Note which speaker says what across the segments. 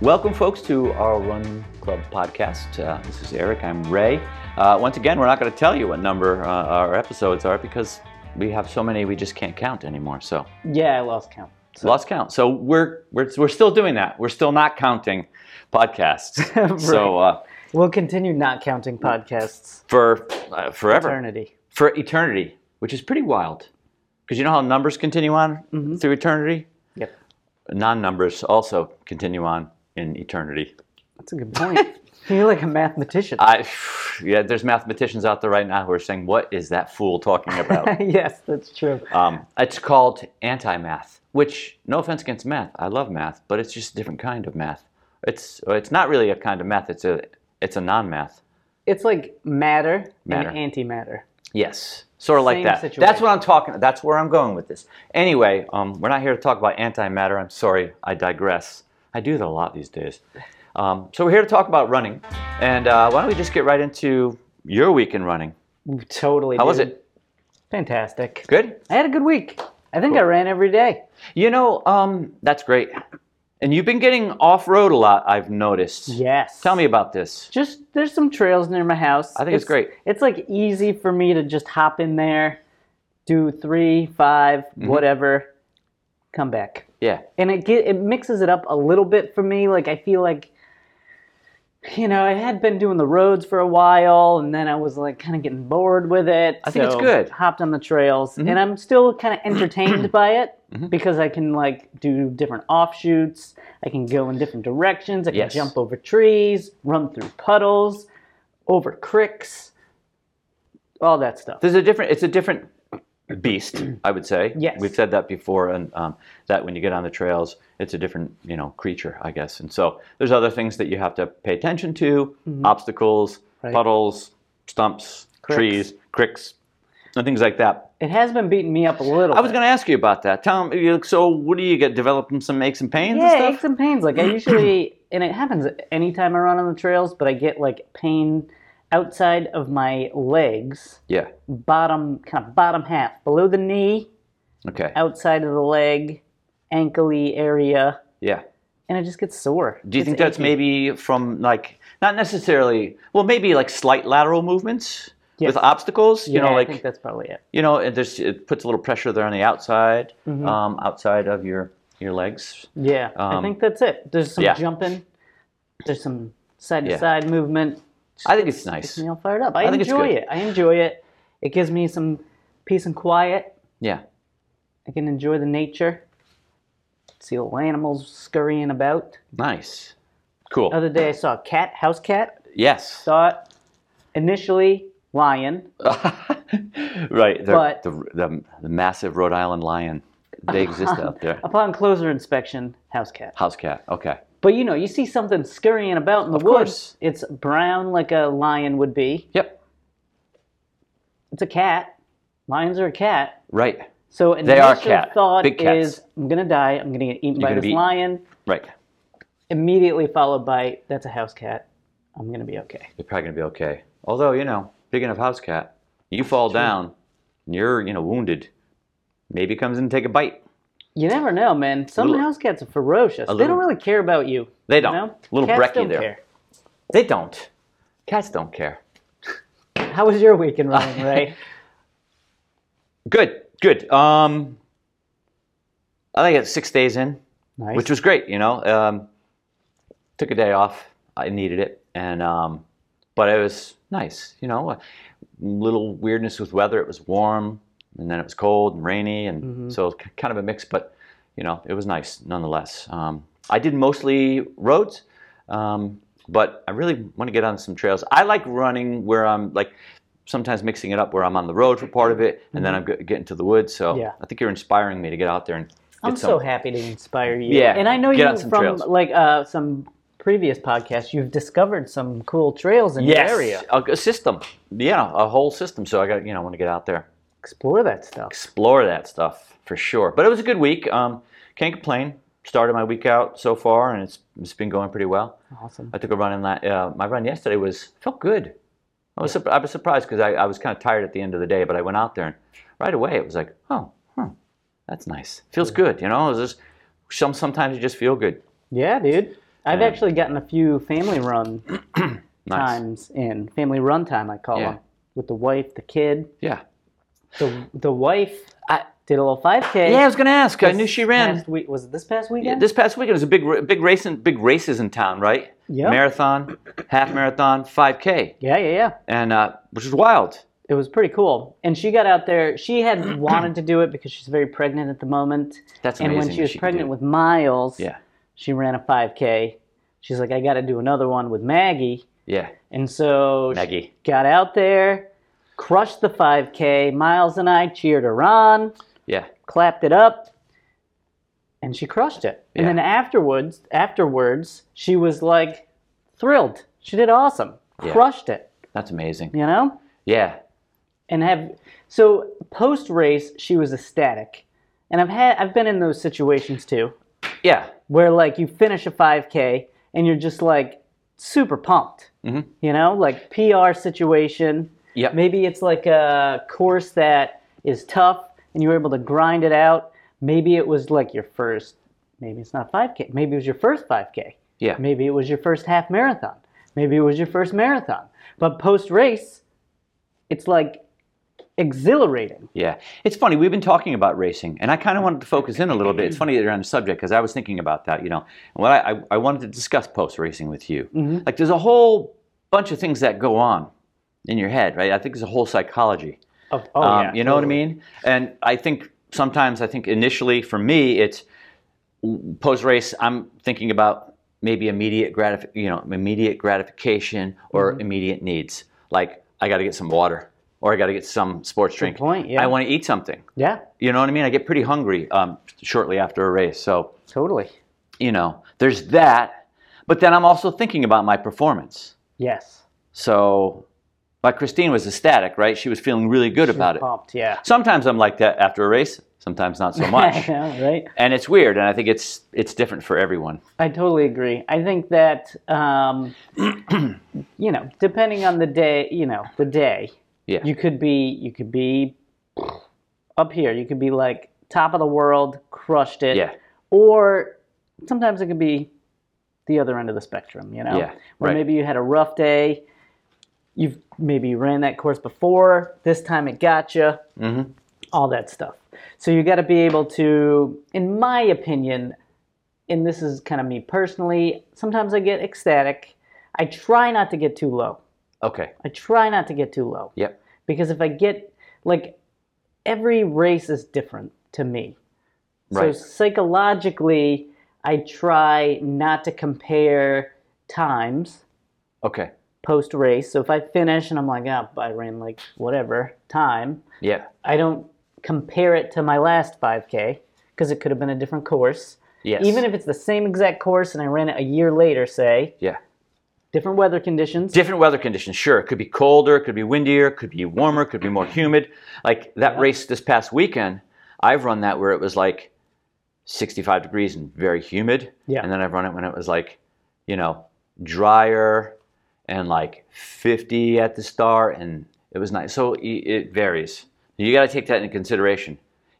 Speaker 1: Welcome, folks, to our Run Club podcast. Uh, this is Eric. I'm Ray. Uh, once again, we're not going to tell you what number uh, our episodes are because we have so many we just can't count anymore. So
Speaker 2: Yeah, I lost count.
Speaker 1: lost count. So we're we're we're still doing that. We're still not counting podcasts. So uh,
Speaker 2: We'll continue not counting podcasts
Speaker 1: for uh, forever,
Speaker 2: eternity.
Speaker 1: for eternity, which is pretty wild, because you know how numbers continue on through eternity.
Speaker 2: Yep.
Speaker 1: Non-numbers also continue on in eternity.
Speaker 2: That's a good point. You're like a mathematician.
Speaker 1: I, yeah, there's mathematicians out there right now who are saying, "What is that fool talking about?"
Speaker 2: yes, that's true.
Speaker 1: um, it's called anti-math. Which, no offense against math, I love math, but it's just a different kind of math. It's it's not really a kind of math. It's a it's a non-math.
Speaker 2: It's like matter,
Speaker 1: Matter.
Speaker 2: and antimatter.
Speaker 1: Yes, sort of like
Speaker 2: Same
Speaker 1: that. That's
Speaker 2: situation.
Speaker 1: what I'm talking. That's where I'm going with this. Anyway, um, we're not here to talk about antimatter. I'm sorry, I digress. I do that a lot these days. Um, so we're here to talk about running, and uh, why don't we just get right into your week in running?
Speaker 2: Totally.
Speaker 1: How was
Speaker 2: dude.
Speaker 1: it?
Speaker 2: Fantastic.
Speaker 1: Good.
Speaker 2: I had a good week. I think I ran every day.
Speaker 1: You know, um, that's great. And you've been getting off road a lot. I've noticed.
Speaker 2: Yes.
Speaker 1: Tell me about this.
Speaker 2: Just there's some trails near my house.
Speaker 1: I think it's great.
Speaker 2: It's like easy for me to just hop in there, do three, five,
Speaker 1: Mm-hmm.
Speaker 2: whatever, come back.
Speaker 1: Yeah.
Speaker 2: and it get it mixes it up a little bit for me. Like I feel like, you know, I had been doing the roads for a while, and then I was like kind of getting bored with it. I
Speaker 1: think it's good. Mm-hmm.
Speaker 2: Hopped on the trails, and I'm still kind of entertained by it because I can like do different offshoots. I can go in different directions. I can
Speaker 1: Yes.
Speaker 2: jump over trees, run through puddles, over creeks, all that stuff.
Speaker 1: There's a different. It's a different beast, I would say.
Speaker 2: Yes.
Speaker 1: We've said that before, and um, that when you get on the trails, it's a different, you know, creature, I guess. And so there's other things that you have to pay attention to: obstacles,
Speaker 2: Mm-hmm. Right.
Speaker 1: puddles, stumps,
Speaker 2: Cricks.
Speaker 1: trees, cricks, and things like that.
Speaker 2: It has been beating me up a little.
Speaker 1: I was
Speaker 2: bit.
Speaker 1: going to ask you about that. Tell me. So, what do you get? Developing some aches and pains and
Speaker 2: Yeah,
Speaker 1: stuff.
Speaker 2: aches and pains. Like I usually, and it happens anytime I run on the trails, but I get like pain outside of my legs,
Speaker 1: yeah.
Speaker 2: bottom kind of bottom half, below the knee,
Speaker 1: Okay.
Speaker 2: outside of the leg, ankle area,
Speaker 1: Yeah.
Speaker 2: and it just gets sore.
Speaker 1: Do you think that's maybe from like not necessarily well maybe like slight lateral movements
Speaker 2: Yes.
Speaker 1: with obstacles? You
Speaker 2: yeah,
Speaker 1: know,
Speaker 2: I think
Speaker 1: like
Speaker 2: that's probably it.
Speaker 1: you know, and there's it puts a little pressure there on the outside,
Speaker 2: Mm-hmm.
Speaker 1: um, outside of your your legs.
Speaker 2: Yeah, I
Speaker 1: Um,
Speaker 2: think that's it. There's some
Speaker 1: yeah.
Speaker 2: jumping, there's some side
Speaker 1: Yeah.
Speaker 2: to side movement.
Speaker 1: I think it's nice.
Speaker 2: Gets me all fired up. I,
Speaker 1: I think it's
Speaker 2: enjoy
Speaker 1: good.
Speaker 2: it. I enjoy it. It gives me some peace and quiet.
Speaker 1: Yeah.
Speaker 2: I can enjoy the nature, see little animals scurrying about.
Speaker 1: Nice. Cool.
Speaker 2: The other day I saw a cat, house cat.
Speaker 1: yes.
Speaker 2: Saw it initially lion.
Speaker 1: right. The,
Speaker 2: But-
Speaker 1: the, the the massive Rhode Island lion. They exist out there.
Speaker 2: Upon closer inspection, house cat.
Speaker 1: House cat. Okay.
Speaker 2: But you know, you see something scurrying about in the
Speaker 1: course.
Speaker 2: woods. It's brown like a lion would be.
Speaker 1: Yep.
Speaker 2: It's a cat. Lions are a cat.
Speaker 1: Right.
Speaker 2: So initial
Speaker 1: are cat.
Speaker 2: thought
Speaker 1: Big cats.
Speaker 2: is, I'm gonna die. I'm gonna get eaten by
Speaker 1: gonna
Speaker 2: this
Speaker 1: be-
Speaker 2: lion.
Speaker 1: Right.
Speaker 2: Immediately followed by, that's a house cat. I'm gonna be okay.
Speaker 1: you're probably gonna be okay. Although, you know, speaking of house cat, you fall down and you're, you know, wounded. Maybe comes in and take a bite.
Speaker 2: You never know, man. Some
Speaker 1: Little-
Speaker 2: house cats are ferocious. They
Speaker 1: little-
Speaker 2: don't really care about you.
Speaker 1: They
Speaker 2: you
Speaker 1: don't.
Speaker 2: know?
Speaker 1: Little
Speaker 2: Cats
Speaker 1: brekkie
Speaker 2: don't
Speaker 1: there.
Speaker 2: care.
Speaker 1: They don't. Cats don't care.
Speaker 2: How was your weekend running, Ray?
Speaker 1: Good, good. Um I think it's six days in,
Speaker 2: nice.
Speaker 1: which was great, you know. Um took a day off. I needed it. And um but it was nice, you know. A little weirdness with weather. It was warm and then it was cold and rainy and
Speaker 2: Mm-hmm.
Speaker 1: so it was kind of a mix, but you know, it was nice nonetheless. Um, I did mostly roads, um, but I really want to get on some trails. I like running where I'm like sometimes mixing it up where I'm on the road for part of it and then I'm g- getting to the woods. So
Speaker 2: Mm-hmm. Yeah.
Speaker 1: I think you're inspiring me to get out there and get
Speaker 2: I'm
Speaker 1: some.
Speaker 2: so happy to inspire you.
Speaker 1: Yeah,
Speaker 2: And I know
Speaker 1: get
Speaker 2: you
Speaker 1: on some
Speaker 2: from
Speaker 1: trails.
Speaker 2: like uh, some previous podcasts. You've discovered some cool trails in
Speaker 1: yes,
Speaker 2: your area.
Speaker 1: A, a system. Yeah, a whole system. So I got, you know, I want to get out there,
Speaker 2: Explore that stuff.
Speaker 1: explore that stuff for sure. But it was a good week. Um, can't complain. Started my week out so far and it's, it's been going pretty well.
Speaker 2: Awesome.
Speaker 1: I took a run in that. Uh, my run yesterday was felt good. I was surp- I was surprised because I, I was kind of tired at the end of the day, but I went out there and right away it was like, oh, huh, that's nice. Feels good, you know. It was just some sometimes you just feel good.
Speaker 2: Yeah, dude. I've
Speaker 1: Yeah.
Speaker 2: actually gotten a few family run
Speaker 1: Nice.
Speaker 2: times in family run time. I call
Speaker 1: Yeah.
Speaker 2: them with the wife, the kid.
Speaker 1: Yeah.
Speaker 2: The the wife did a little 5K.
Speaker 1: Yeah, I was gonna ask. I
Speaker 2: this
Speaker 1: knew she ran.
Speaker 2: past week- was it this past
Speaker 1: Yeah,
Speaker 2: weekend?
Speaker 1: this past weekend was a big, big race, in, big races in town, right?
Speaker 2: Yeah.
Speaker 1: Marathon, half marathon, 5K,
Speaker 2: yeah, yeah, yeah.
Speaker 1: and uh, which is wild.
Speaker 2: It was pretty cool. And she got out there. She had wanted to do it because she's very pregnant at the moment.
Speaker 1: That's
Speaker 2: and
Speaker 1: amazing.
Speaker 2: when
Speaker 1: that
Speaker 2: she was
Speaker 1: can do
Speaker 2: pregnant
Speaker 1: it.
Speaker 2: with Miles,
Speaker 1: Yeah.
Speaker 2: she ran a 5K. She's like, I got to do another one with Maggie.
Speaker 1: Yeah.
Speaker 2: And so she
Speaker 1: Maggie.
Speaker 2: got out there, crushed the 5K. Miles and I cheered her on,
Speaker 1: Yeah.
Speaker 2: clapped it up, and she crushed it. And
Speaker 1: Yeah.
Speaker 2: then afterwards, afterwards, she was like thrilled. She did awesome.
Speaker 1: Yeah.
Speaker 2: Crushed it,
Speaker 1: That's amazing.
Speaker 2: you know?
Speaker 1: Yeah.
Speaker 2: and have so post race she was ecstatic and i've had i've been in those situations too
Speaker 1: Yeah.
Speaker 2: where like you finish a 5k and you're just like super pumped
Speaker 1: Mhm.
Speaker 2: you know like pr situation
Speaker 1: Yep.
Speaker 2: maybe it's like a course that is tough and you were able to grind it out maybe it was like your first maybe it's not 5k maybe it was your first 5k
Speaker 1: Yeah.
Speaker 2: maybe it was your first half marathon maybe it was your first marathon but post race it's like exhilarating
Speaker 1: Yeah. It's funny, we've been talking about racing, and I kind of wanted to focus in a little bit. It's funny that you're on the subject because I was thinking about that, you know. And what I, I, I wanted to discuss post racing with you.
Speaker 2: Mm-hmm.
Speaker 1: Like, there's a whole bunch of things that go on in your head, right? I think there's a whole psychology.
Speaker 2: of oh
Speaker 1: um,
Speaker 2: yeah,
Speaker 1: you know what I
Speaker 2: totally.
Speaker 1: mean? And I think sometimes, I think initially for me, it's post race, I'm thinking about maybe immediate gratif- you know, immediate gratification or
Speaker 2: Mm-hmm.
Speaker 1: immediate needs. Like, I got to get some water or I got to get some sports drink.
Speaker 2: point, yeah.
Speaker 1: I want to eat something.
Speaker 2: yeah
Speaker 1: You know what I mean? I get pretty hungry um, shortly after a race. So,
Speaker 2: totally
Speaker 1: you know, there's that. But then I'm also thinking about my performance.
Speaker 2: yes
Speaker 1: So, like Christine was ecstatic, right? She was feeling really good about it.
Speaker 2: pumped yeah
Speaker 1: Sometimes I'm like that after a race, sometimes not so much.
Speaker 2: Yeah, right
Speaker 1: and it's weird, and I think it's it's different for everyone.
Speaker 2: I totally agree. I think that um, you know, depending on the day, you know, the day,
Speaker 1: Yeah.
Speaker 2: you could be you could be up here. You could be like top of the world, crushed it.
Speaker 1: Yeah.
Speaker 2: Or sometimes it could be the other end of the spectrum. You know,
Speaker 1: Yeah,
Speaker 2: where
Speaker 1: right.
Speaker 2: maybe you had a rough day. You've maybe you ran that course before. This time it got you
Speaker 1: Mm-hmm.
Speaker 2: all that stuff. So you got to be able to, in my opinion, and this is kind of me personally, sometimes I get ecstatic. I try not to get too low.
Speaker 1: Okay.
Speaker 2: I try not to get too low
Speaker 1: Yep.
Speaker 2: because if I get, like, every race is different to me.
Speaker 1: Right.
Speaker 2: So psychologically, I try not to compare times
Speaker 1: Okay.
Speaker 2: post race. So if I finish and I'm like, oh, I ran like whatever time,
Speaker 1: Yeah.
Speaker 2: I don't compare it to my last 5K because it could have been a different course.
Speaker 1: Yes.
Speaker 2: Even if it's the same exact course and I ran it a year later, say,
Speaker 1: yeah.
Speaker 2: different weather conditions.
Speaker 1: Different weather conditions, sure. It could be colder, it could be windier, it could be warmer, it could be more humid. Like that race this past weekend, I've run that where it was like 65 degrees and very humid.
Speaker 2: Yeah.
Speaker 1: And then I've run it when it was like, you know, drier and like 50 at the start and it was nice. So i- it varies. You got to take that into consideration.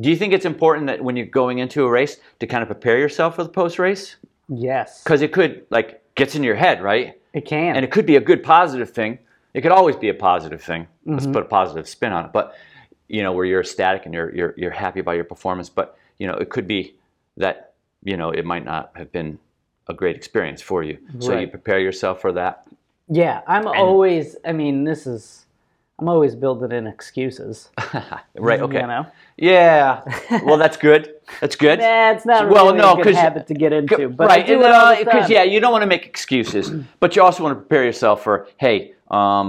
Speaker 1: Do you think it's important that when you're going into a race to kind of prepare yourself for the post race?
Speaker 2: yes,
Speaker 1: Because it could, like, gets in your head, right?
Speaker 2: it can.
Speaker 1: and it could be a good positive thing. It could always be a positive thing. Let's
Speaker 2: Mm-hmm.
Speaker 1: put a positive spin on it. But you know, where you're ecstatic and you're you're you're happy about your performance, but you know, it could be that you know it might not have been a great experience for you. So you
Speaker 2: Right.
Speaker 1: prepare yourself for that.
Speaker 2: yeah, I'm always, I mean, this is, I'm always building in excuses.
Speaker 1: Right? Okay.
Speaker 2: Mm-hmm. You know?
Speaker 1: Yeah. Well, that's good. That's good.
Speaker 2: Nah, it's not really
Speaker 1: Well, no,
Speaker 2: a good
Speaker 1: 'cause-
Speaker 2: habit to get into. But I
Speaker 1: right,
Speaker 2: do
Speaker 1: and
Speaker 2: it
Speaker 1: then,
Speaker 2: all
Speaker 1: uh,
Speaker 2: the
Speaker 1: 'cause,
Speaker 2: time.
Speaker 1: yeah, you don't want to make excuses, but you also want to prepare yourself for hey, um,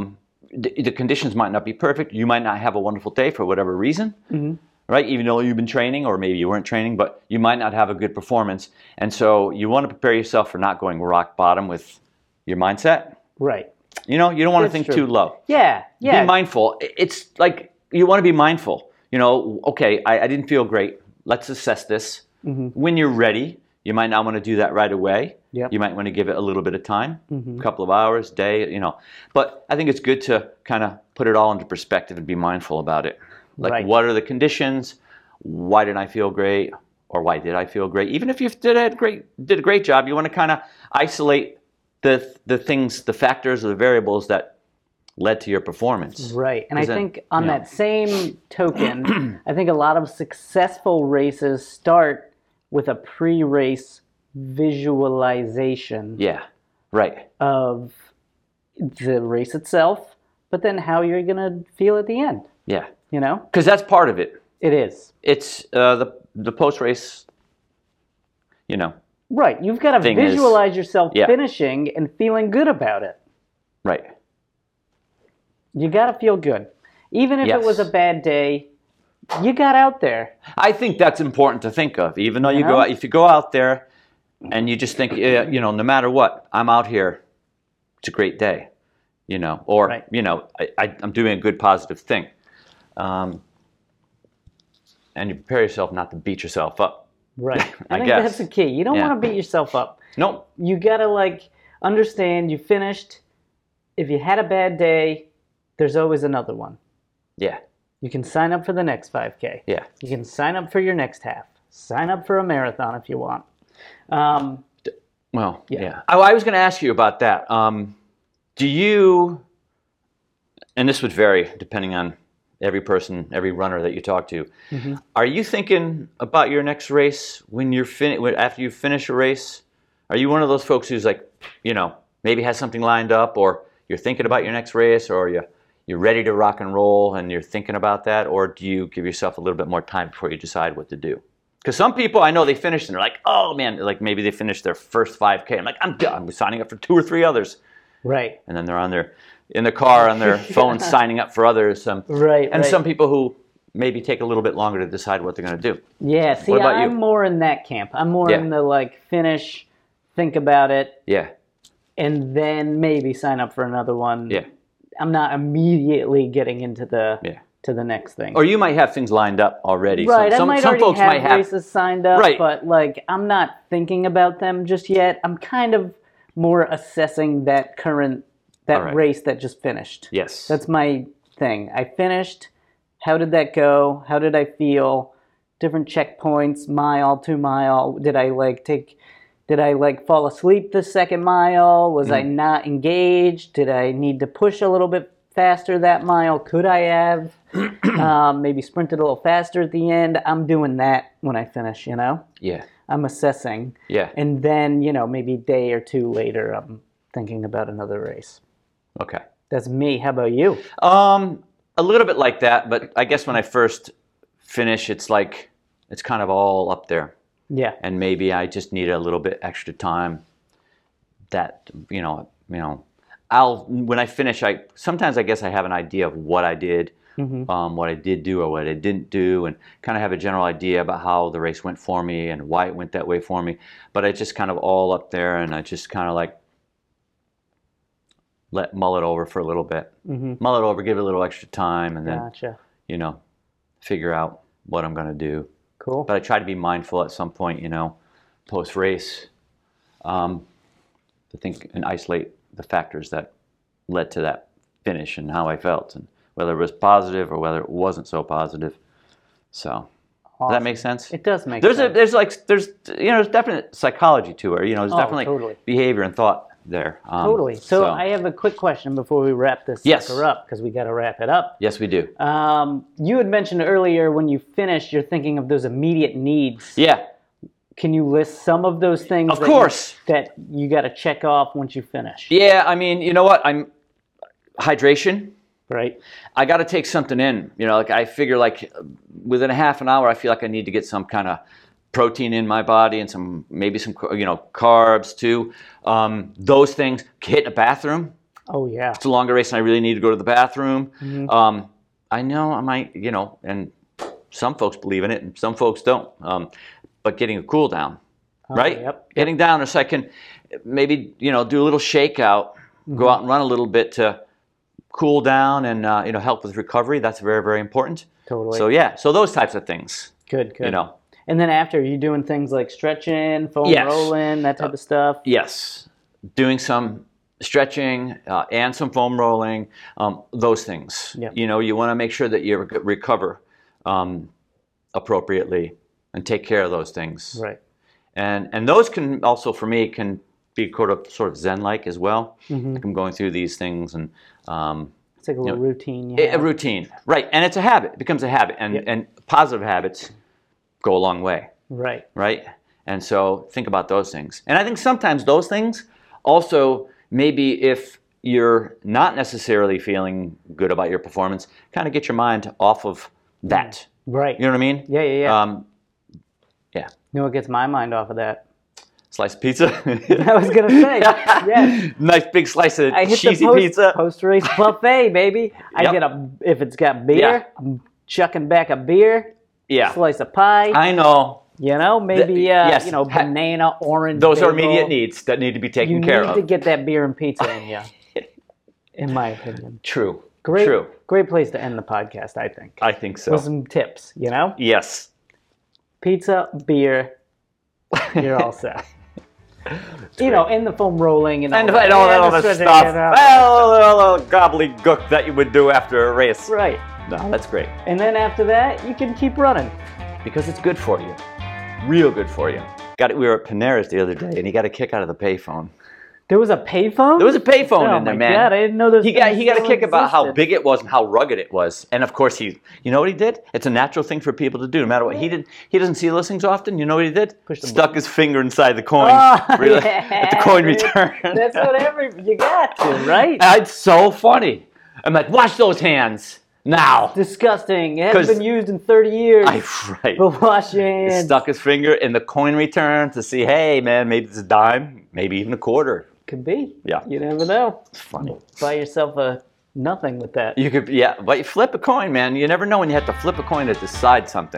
Speaker 1: the, the conditions might not be perfect. You might not have a wonderful day for whatever reason,
Speaker 2: Mm-hmm.
Speaker 1: right? Even though you've been training, or maybe you weren't training, but you might not have a good performance, and so you want to prepare yourself for not going rock bottom with your mindset.
Speaker 2: Right.
Speaker 1: You know, you don't want to
Speaker 2: That's
Speaker 1: think
Speaker 2: true.
Speaker 1: too low
Speaker 2: Yeah, yeah.
Speaker 1: be mindful. I- It's like you want to be mindful. You know, okay, I, I didn't feel great. Let's assess this.
Speaker 2: Mm-hmm.
Speaker 1: When you're ready, you might not want to do that right away.
Speaker 2: Yep. Mm-hmm.
Speaker 1: You might want to give it a little bit of time, a couple of hours, day, you know. But I think it's good to kind of put it all into perspective and be mindful about it. Like,
Speaker 2: Right.
Speaker 1: what are the conditions? Why didn't I feel great? or why did I feel great? Even if you did a great did a great job, you want to kind of isolate the the things, the factors, or the variables that led to your performance.
Speaker 2: Right. And I
Speaker 1: that-
Speaker 2: think on
Speaker 1: yeah.
Speaker 2: that same token, I think a lot of successful races start with a pre race visualization
Speaker 1: Yeah, right.
Speaker 2: of the race itself, but then how you're going to feel at the end.
Speaker 1: Yeah,
Speaker 2: You know,
Speaker 1: because that's part of it.
Speaker 2: it is.
Speaker 1: It's uh, the the post race. You know,
Speaker 2: Right. You've got to
Speaker 1: Thing is-
Speaker 2: visualize yourself
Speaker 1: yeah.
Speaker 2: finishing and feeling good about it.
Speaker 1: right?
Speaker 2: You got to feel good. Even if
Speaker 1: Yes.
Speaker 2: it was a bad day, you got out there.
Speaker 1: I think that's important to think of, even though you go
Speaker 2: Yeah.
Speaker 1: out, if you go out there and you just think, yeah, you know, no matter what, I'm out here, it's a great day, you know, or,
Speaker 2: Right.
Speaker 1: you know, I, I, I'm doing a good positive thing. Um, and you prepare yourself not to beat yourself up.
Speaker 2: Right. I,
Speaker 1: I
Speaker 2: think
Speaker 1: guess.
Speaker 2: that's the key. You don't
Speaker 1: Yeah.
Speaker 2: want to beat yourself up.
Speaker 1: Nope.
Speaker 2: You got to like understand you finished. If you had a bad day, there's always another one.
Speaker 1: Yeah.
Speaker 2: You can sign up for the next 5K.
Speaker 1: Yeah.
Speaker 2: You can sign up for your next half. Sign up for a marathon if you want. Um,
Speaker 1: Well, yeah. I, I was going to ask you about that. Um, do you, and this would vary depending on every person, every runner that you talk to. Are you thinking about your next race when you're fin- when, after you finish a race? Are you one of those folks who's like, you know, maybe has something lined up, or you're thinking about your next race, or you you're ready to rock and roll and you're thinking about that, or do you give yourself a little bit more time before you decide what to do? Because some people I know they finish and they're like, oh man, like maybe they finished their first 5K. I'm like, I'm done. I'm signing up for two or three others,
Speaker 2: right.
Speaker 1: and then they're on their in the car on their phone signing up for others. Um,
Speaker 2: Right.
Speaker 1: and
Speaker 2: right.
Speaker 1: some people who maybe take a little bit longer to decide what they're going to do.
Speaker 2: Yeah. See,
Speaker 1: about you?
Speaker 2: I'm more in that camp. I'm more
Speaker 1: Yeah.
Speaker 2: in the like finish, think about it,
Speaker 1: Yeah,
Speaker 2: and then maybe sign up for another one.
Speaker 1: yeah,
Speaker 2: I'm not immediately getting into the
Speaker 1: yeah.
Speaker 2: to the next thing.
Speaker 1: Or you might have things lined up already.
Speaker 2: Right,
Speaker 1: Some, some,
Speaker 2: I might
Speaker 1: some
Speaker 2: already
Speaker 1: folks
Speaker 2: have
Speaker 1: might have.
Speaker 2: races signed up,
Speaker 1: Right.
Speaker 2: but like I'm not thinking about them just yet. I'm kind of more assessing that current that
Speaker 1: All right.
Speaker 2: race that just finished.
Speaker 1: Yes.
Speaker 2: That's my thing. I finished. How did that go? How did I feel? Different checkpoints, mile, two mile. Did I like take? Did I like fall asleep the second mile? Was I not engaged? Did I need to push a little bit faster that mile? Could I have um, maybe sprinted a little faster at the end? I'm doing that when I finish. You know,
Speaker 1: yeah,
Speaker 2: I'm assessing,
Speaker 1: yeah.
Speaker 2: and then you know maybe a day or two later, I'm thinking about another race.
Speaker 1: okay.
Speaker 2: That's me. How about you?
Speaker 1: Um, a little bit like that, but I guess when I first finish, it's like it's kind of all up there,
Speaker 2: Yeah.
Speaker 1: and maybe I just need a little bit extra time. That you know, you know, I'll when I finish, I sometimes I guess I have an idea of what I did, um, what I did do or what I didn't do, and kind of have a general idea about how the race went for me and why it went that way for me. But it's just kind of all up there, and I just kind of like let mull it over for a little bit
Speaker 2: Mm-hmm.
Speaker 1: mull it over, give it a little extra time, and then
Speaker 2: Gotcha.
Speaker 1: you know, figure out what I'm gonna do.
Speaker 2: Cool.
Speaker 1: But I try to be mindful at some point, you know, post race, um, to think and isolate the factors that led to that finish and how I felt, and whether it was positive or whether it wasn't so positive. So does that make sense?
Speaker 2: It does make
Speaker 1: There's a
Speaker 2: sense.
Speaker 1: there's like there's you know there's definite psychology to it. You know, there's
Speaker 2: Oh,
Speaker 1: definitely
Speaker 2: totally.
Speaker 1: behavior and thought there. Um,
Speaker 2: totally. So, I have a quick question before we wrap this
Speaker 1: Yes.
Speaker 2: sucker up because we got to wrap it up.
Speaker 1: yes, we do.
Speaker 2: Um, you had mentioned earlier when you finish, you're thinking of those immediate needs.
Speaker 1: yeah,
Speaker 2: Can you list some of those things?
Speaker 1: of
Speaker 2: that you-
Speaker 1: course.
Speaker 2: that you got to check off once you finish.
Speaker 1: Yeah, I mean, you know what? I'm hydration.
Speaker 2: Right.
Speaker 1: I got to take something in. You know, like I figure, like within a half an hour, I feel like I need to get some kind of protein in my body and some maybe some you know carbs too. Um, those things. Hit a bathroom.
Speaker 2: Oh yeah.
Speaker 1: It's a longer race, and I really need to go to the bathroom.
Speaker 2: Mm-hmm.
Speaker 1: Um, I know I might, you know, and some folks believe in it, and some folks don't. Um, but getting a cool down right?
Speaker 2: Uh-huh, Yep.
Speaker 1: Getting down, so I can maybe you know do a little shakeout,
Speaker 2: Mm-hmm.
Speaker 1: go out and run a little bit to cool down and uh, you know help with recovery. That's very very important.
Speaker 2: Totally.
Speaker 1: So yeah, so those types of things,
Speaker 2: good. Good.
Speaker 1: you know.
Speaker 2: And then after, you doing things like stretching, foam
Speaker 1: Yes. Uh,
Speaker 2: rolling, that type of stuff.
Speaker 1: Yes, doing some stretching uh, and some foam rolling, um, those things.
Speaker 2: Yeah.
Speaker 1: You know, you want to make sure that you rec- recover um, appropriately and take care of those things.
Speaker 2: Right.
Speaker 1: and and those can also for me can be sort of sort of zen like as well
Speaker 2: Mm-hmm.
Speaker 1: like i'm going through these things and um,
Speaker 2: It's like a little routine.
Speaker 1: a a routine right and it's a habit it becomes a habit and and positive habits go a long way
Speaker 2: Right.
Speaker 1: right and so think about those things and i think sometimes those things also maybe if you're not necessarily feeling good about your performance kind of get your mind off of that
Speaker 2: Right.
Speaker 1: you know what i mean
Speaker 2: Yeah, yeah, yeah.
Speaker 1: um, yeah
Speaker 2: you know what gets my mind off of that?
Speaker 1: slice of pizza
Speaker 2: I was gonna say. yeah.
Speaker 1: nice big slice of
Speaker 2: I hit
Speaker 1: cheesy
Speaker 2: the post,
Speaker 1: pizza.
Speaker 2: post race buffet, baby. I
Speaker 1: Yep.
Speaker 2: get a if it's got beer,
Speaker 1: Yeah.
Speaker 2: I'm chucking back a beer,
Speaker 1: yeah,
Speaker 2: slice of pie.
Speaker 1: I know.
Speaker 2: you know, maybe uh,
Speaker 1: yes.
Speaker 2: you know,
Speaker 1: Ha-
Speaker 2: banana, orange.
Speaker 1: Those are
Speaker 2: bagel.
Speaker 1: immediate needs that need to be taken
Speaker 2: You
Speaker 1: care
Speaker 2: need
Speaker 1: of.
Speaker 2: to get that beer and pizza in you. in my opinion,
Speaker 1: True.
Speaker 2: great,
Speaker 1: True.
Speaker 2: great place to end the podcast. I think
Speaker 1: I think so.
Speaker 2: with some tips. You know,
Speaker 1: Yes.
Speaker 2: pizza, beer. You're all set. you know, in the foam rolling and all
Speaker 1: And,
Speaker 2: that,
Speaker 1: and all that
Speaker 2: and the
Speaker 1: other
Speaker 2: stretching
Speaker 1: stuff. Ah!
Speaker 2: it out.
Speaker 1: Well, all the gobbledygook that you would do after a race.
Speaker 2: right.
Speaker 1: No, that's great
Speaker 2: And then after that, you can keep running.
Speaker 1: because it's good for you. Real good for you. Got it. We were at Panera's the other day, and he got a kick out of the payphone.
Speaker 2: There was a payphone.
Speaker 1: There was a payphone
Speaker 2: oh
Speaker 1: in there,
Speaker 2: my
Speaker 1: man.
Speaker 2: God, I didn't know those.
Speaker 1: He got
Speaker 2: things
Speaker 1: he got a
Speaker 2: still
Speaker 1: kick about how
Speaker 2: existed.
Speaker 1: big it was and how rugged it was, and of course he, you know what he did? It's a natural thing for people to do, no matter what. He did he doesn't see those things often. You know what he did?
Speaker 2: the
Speaker 1: Stuck his finger inside the coin
Speaker 2: Oh,
Speaker 1: really, at
Speaker 2: yeah,
Speaker 1: the coin
Speaker 2: dude.
Speaker 1: return.
Speaker 2: That's what every you got to right.
Speaker 1: it's so funny. I'm like, wash those hands now.
Speaker 2: Disgusting. It
Speaker 1: 'Cause-
Speaker 2: hasn't been used in 30 years.
Speaker 1: I right.
Speaker 2: but wash your hands.
Speaker 1: Stuck his finger in the coin return to see, hey man, maybe it's a dime, maybe even a quarter.
Speaker 2: Could be.
Speaker 1: Yeah.
Speaker 2: You never know.
Speaker 1: It's funny.
Speaker 2: Buy yourself a nothing with that.
Speaker 1: You could yeah, but you flip a coin, man. You never know when you have to flip a coin to decide something.